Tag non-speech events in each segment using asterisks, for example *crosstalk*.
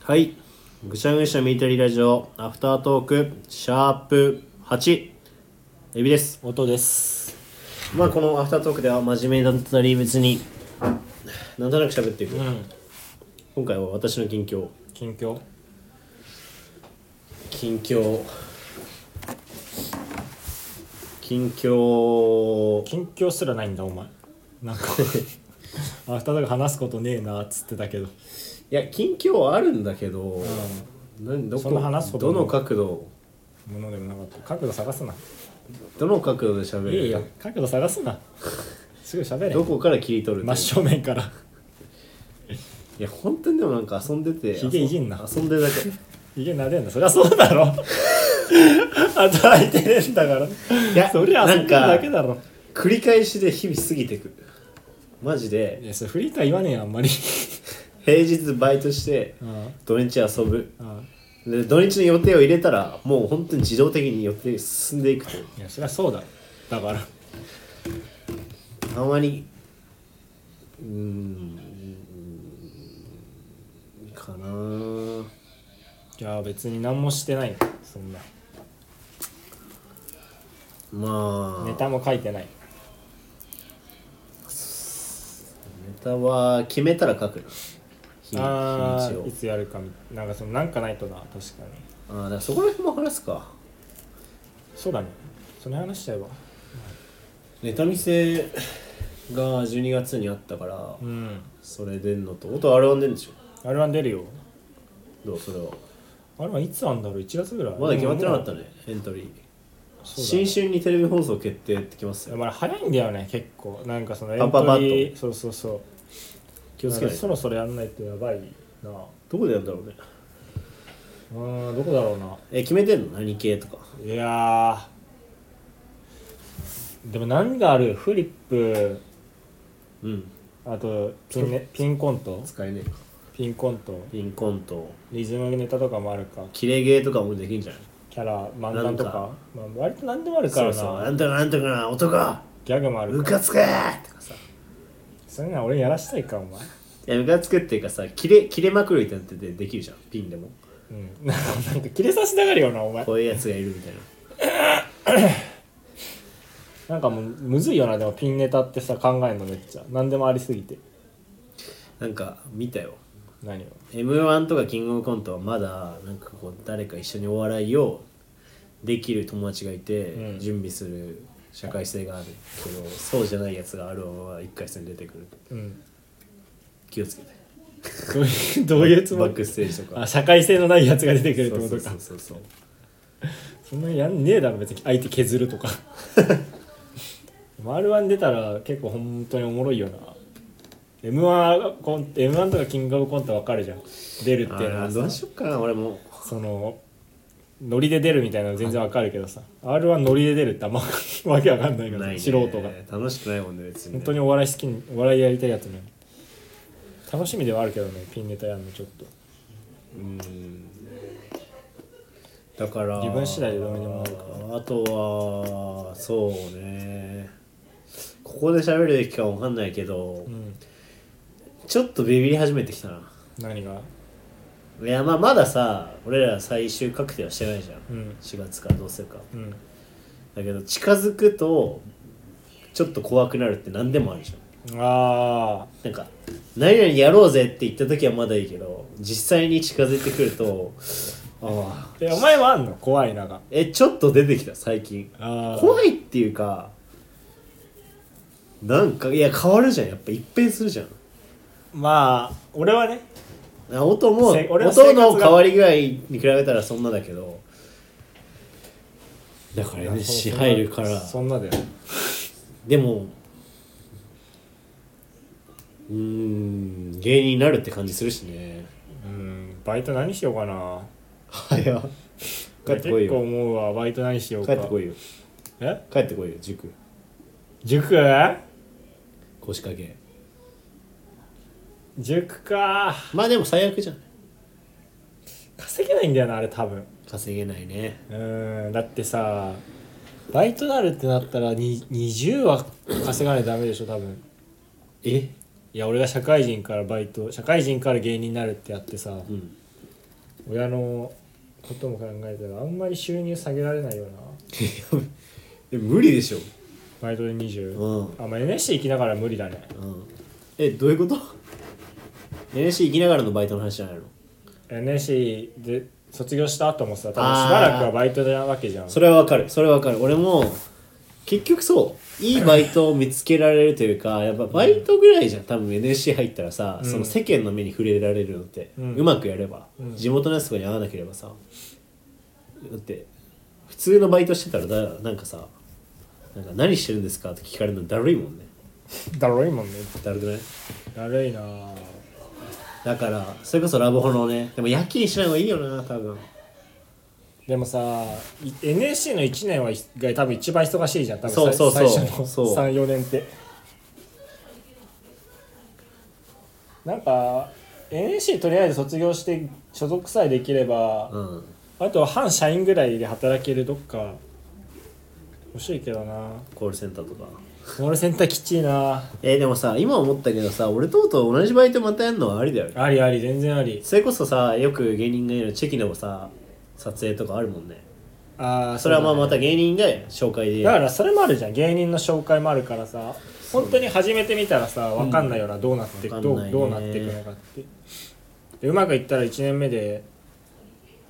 はい。ぐしゃぐしゃミリタリーラジオ、アフタートーク、シャープ8、エビです。音ですまあ、このアフタートークでは真面目だったり、別に、なんとなく喋っていくう。ん今回は私の近況。近況近況。近況。近況すらないんだお前なん *laughs* かアフターとか話すことねえなっつってたけどいや、近況はあるんだけど、何どそんな話すこことどもの角度、ものでもなかった角度探すなどの角度で喋るいいよ角度探すなすぐ喋どれこから切り取る真正面からいや本当にでもなんか遊んでてひげいじんな遊んでるだけ家なでんだそりゃそうだ *laughs* ろ働いてねえんだからいやそりゃ遊んでるなんかだけだろ繰り返しで日々過ぎてくマジいでやそれフリーとは言わねえよあん *laughs* まり平日バイトしてうん土日遊ぶうんで土日の予定を入れたらもう本当に自動的に予定進んでいくといやそりゃそうだだからあまりうーんかなぁじゃあ別に何もしてないそんなまあネタも書いてないネタは決めたら書くな日あ日にちをあいつやるかみなんかそのなんかないとな確かにあーだからそこら辺も話すかそうだねその話しちゃえばネタ見せが12月にあったからうんそれ出んのと音あれは出んでしょあれは出るよどうそれはあれはいつあんだろう1月ぐらいまだ決まってなかったねねエントリーそうだね新春にテレビ放送決定ってきますよまあ早いんだよね結構なんかそのエントリーパパパッとそうそうそう気をつけないだからとそろそろやんないとやばいなどこでやるんだろうねうーんどこだろうなえ決めてんの何系とかいやーでも何があるフリップうんあとピン,、 *laughs* ね、ピンコント使えねえかピンコントピンコントリズムネタとかもあるかキレゲーとかもできんじゃないキャラ漫談とかなんかまあ、割と何でもあるからそうなそうなんとかなんとかな音がギャグもあるムカからつくーとかさそういうのは俺やらしたいかお前いやムカつくっていうかさキレキレまくるみたいなのってできるじゃんピンでもうんなんかなんか切れさせたがるよなお前こういうやつがいるみたいななんかもうむずいよなでもピンネタってさ考えるのめっちゃ何でもありすぎてなんか見たよ何を m 1とかキングオブコントはまだなんかこう誰か一緒にお笑いをできる友達がいてうん準備する社会性があるけど、そうじゃないやつがあるは一回戦出てくるうん気をつけてどういうどういうつもバックりステージとかあ社会性のないやつが出てくるってことかそそうそうそうそうそんなやんねえだろ別に相手削るとか *laughs* r 1出たら結構本当におもろいよな m 1コン m 1とかキングオブコントわかるじゃん出るっていうのあはーさどうしよっかな俺もそのノリで出るみたいなの全然わかるけどさ r 1ノリで出るってあんまわけわかんないからない、さね、素人が楽しくないもんね別に、ね、本当にお笑い好きにお笑いやりたいやつね楽しみではあるけどねピンネタやるのちょっとうんだから自分次第でどうにでもなるかあとはそうねここで喋るべきかわかんないけど、うんちょっとビビり始めてきたな何がいやまあまださ俺ら最終確定はしてないじゃん、うん4月かどうするかうんだけど近づくとちょっと怖くなるって何でもあるじゃんあなんか何々やろうぜって言った時はまだいいけど実際に近づいてくるとああーえお前はあんの怖いながえちょっと出てきた最近あ怖いいっていうかなんかいや変わるじゃんやっぱ一変するじゃんまあ俺はねあ音もせ音俺の生活がの変わり具合に比べたらそんなだけどだからいや n そう c そんな入るからそんなだよでもうーん芸人になるって感じするしねうんバイト何しようかな早っ帰ってこい結構よ思うわバイト何しよう帰かってこいよえ帰ってこいよ塾塾腰掛け塾かまあでも最悪じゃん稼げないんだよなあれ多分稼げないねうーんだってさバイトなるってなったらに20は稼がないとダメでしょ多分え *laughs* いや俺が社会人からバイト社会人から芸人になるってやってさうん親のことも考えたらあんまり収入下げられないようなでも無理でしょバイトで20、うあまあ NSC 行きながら無理だねうんえどういうこと NSC 行きながらのバイトの話じゃないの NSC で卒業した後もさ多分しあーばらくはバイトなわけじゃんそれはわかるそれはわかる俺も結局そういいバイトを見つけられるというかやっぱバイトぐらいじゃん多分 NSC 入ったらさ、その世間の目に触れられるのって、ううんまくやれば、地元のやつとかに合わなければさだって普通のバイトしてたらだなんかさなんか何してるんですかって聞かれるのだるいもんねだるいもんねだるくないだるいなぁだからそれこそラブホのねでも夜勤しない方がいいよな多分でもさい NSC の1年はが多分一番忙しいじゃん多分そうそうそう最最初そうの34年ってなんか NSC とりあえず卒業して所属さえできれば、うんあとは反社員ぐらいで働けるどっか欲しいけどなコールセンターとか俺センターきっちいなえーでもさ今思ったけどさ俺とうとう同じバイトまたやるのはありだよねありあり全然ありそれこそさよく芸人が言うのチェキのさ撮影とかあるもんねああそれはまあまたた芸人が紹介でだからそれもあるじゃん芸人の紹介もあるからさ本当に始めてみたらさ分かんないよな、どうなってわかんどないうねどうなっていくのかってでうまくいったら1年目で、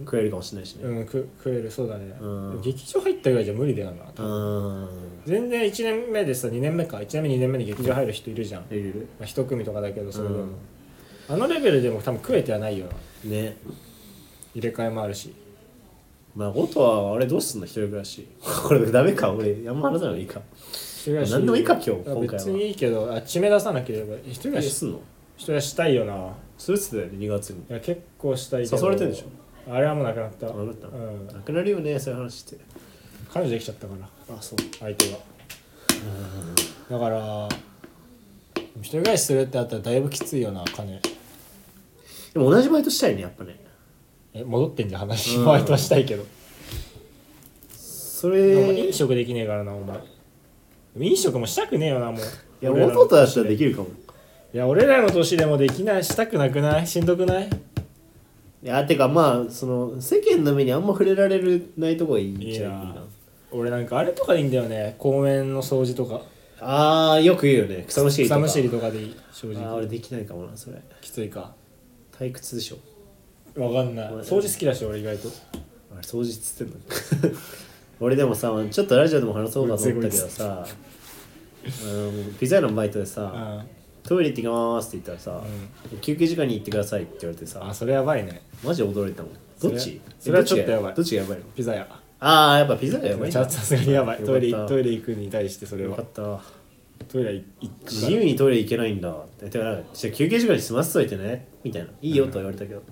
食えるかもしれないしねうん、く食えるそうだね、うん劇場入ったぐらいじゃ無理だよなうーん全然1年目でさ2年目か1年目2年目で劇場入る人いるじゃん、まいるあ、1組とかだけどそれでうも、んあのレベルでも多分食えてはないよなね入れ替えもあるしまあ音はあれどうすんの一人暮らし *laughs* これダメか俺あんま話さないのいいか何でもいいか今日今回は別にいいけどあ血目出さなければ一人何はしすんの一人はしたいよなそれっつってたよね2月にいや結構したいけど誘われてんでしあれはもうなくなったなくなったうん、なくなるよねそういう話って彼女できちゃったからあそう相手がだから一人暮らしするってあったらだいぶきついよな金でも同じバイトしたいねやっぱねえ戻ってんじゃん話うんバイトはしたいけど、そでもれ飲い食できねえからなお前でも飲食もしたくねえよなもうや俺らの弟だったらできるかもいや俺らの年でもできないしたくなくないしんどくないいやてかまあその世間の目にあんま触れられないとこがいいんいじゃやないいいな俺なんかあれとかでいいんだよね公園の掃除とかああよく言うよね草むしりと草かむしりとかでいい正あー俺直できないかもなそれきついか退屈でしょわかんない掃除好きだし俺意外とあれ掃除っつってんの *laughs* 俺でもさちょっとラジオでも話そうかと思ったけどさうんピザ屋のバイトでさあ「トイレ行ってきます」って言ったらさ「休憩時間に行ってください」って言われてあさそれやばいねマジ驚いたもんどっちそれはえどちがちょっとやばいどっちがやばいのピザ屋ああやっぱピザがやばいんちだゃんとさすがにやばいよかトったイレトイレ行くに対してそれよはかったトイレ行く自由にトイレ行けないんだえてかじゃあ休憩時間に済ませといてねみたいないいよとは言われたけど、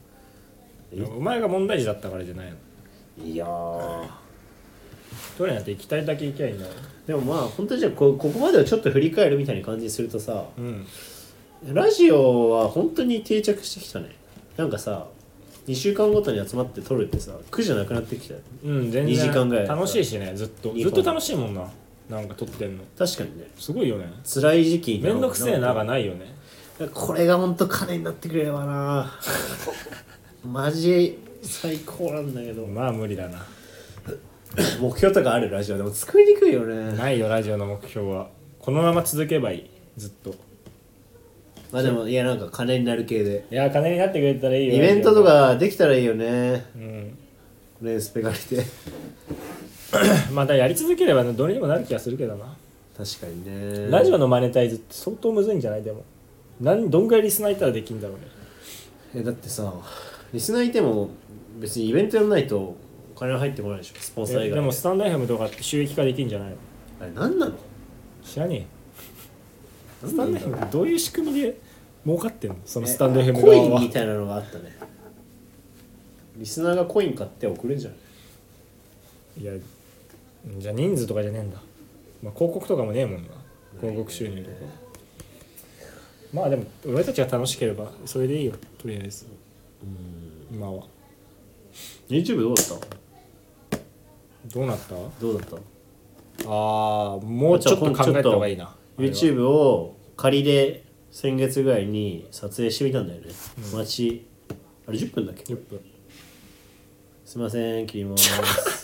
お前が問題児だったからじゃないのいやートイレなんて行きたいだけ行きゃいいんだよでもまあ本当にじゃあこここまでをちょっと振り返るみたいな感じにするとさうんラジオは本当に定着してきたねなんかさ2週間ごとに集まって撮るってさ苦じゃなくなってきたようん全然二時間ぐらい楽しいしねずっと二ずっ本と楽しいもんななんか撮ってんの確かにねすごいよね辛い時期めんどくせえながんかないよねこれが本当金になってくれれば *laughs* なマジ最高なんだけどまあ無理だな目標とかあるラジオでも作りにくいよねないよラジオの目標はこのまま続けばいいずっとまあでもいやなんか金になる系でいや金になってくれたらいいイよベントとかできたらいいよねうんレースペ借りてまあだからやり続ければどれにもなる気がするけどな確かにねラジオのマネタイズって相当むずいんじゃないでもなんどんぐらいリスナーいたらできんだろうねえだってさリスナーいても別にイベントやらないとお金は入ってこないでしょスポンサー以外えででもスタンド FM とかって収益化できんじゃないのあれ何なの知らねえスタ何ンドなんだろう FM どういう仕組みで儲かってんのそのえスタンド FM コイ側ンはみたいなのがあったねリスナーがコイン買って送るんじゃないいやじゃあ人数とかじゃねえんだ、まあ、広告とかもねえもんな広告収入とかまあでも俺たちが楽しければそれでいいよとりあえず今は YouTube どうだったどうなったどうだったああもうちょっと考えた方がいいな YouTube を仮で先月ぐらいに撮影してみたんだよね、街あれ10分だっけ10分すいません切ります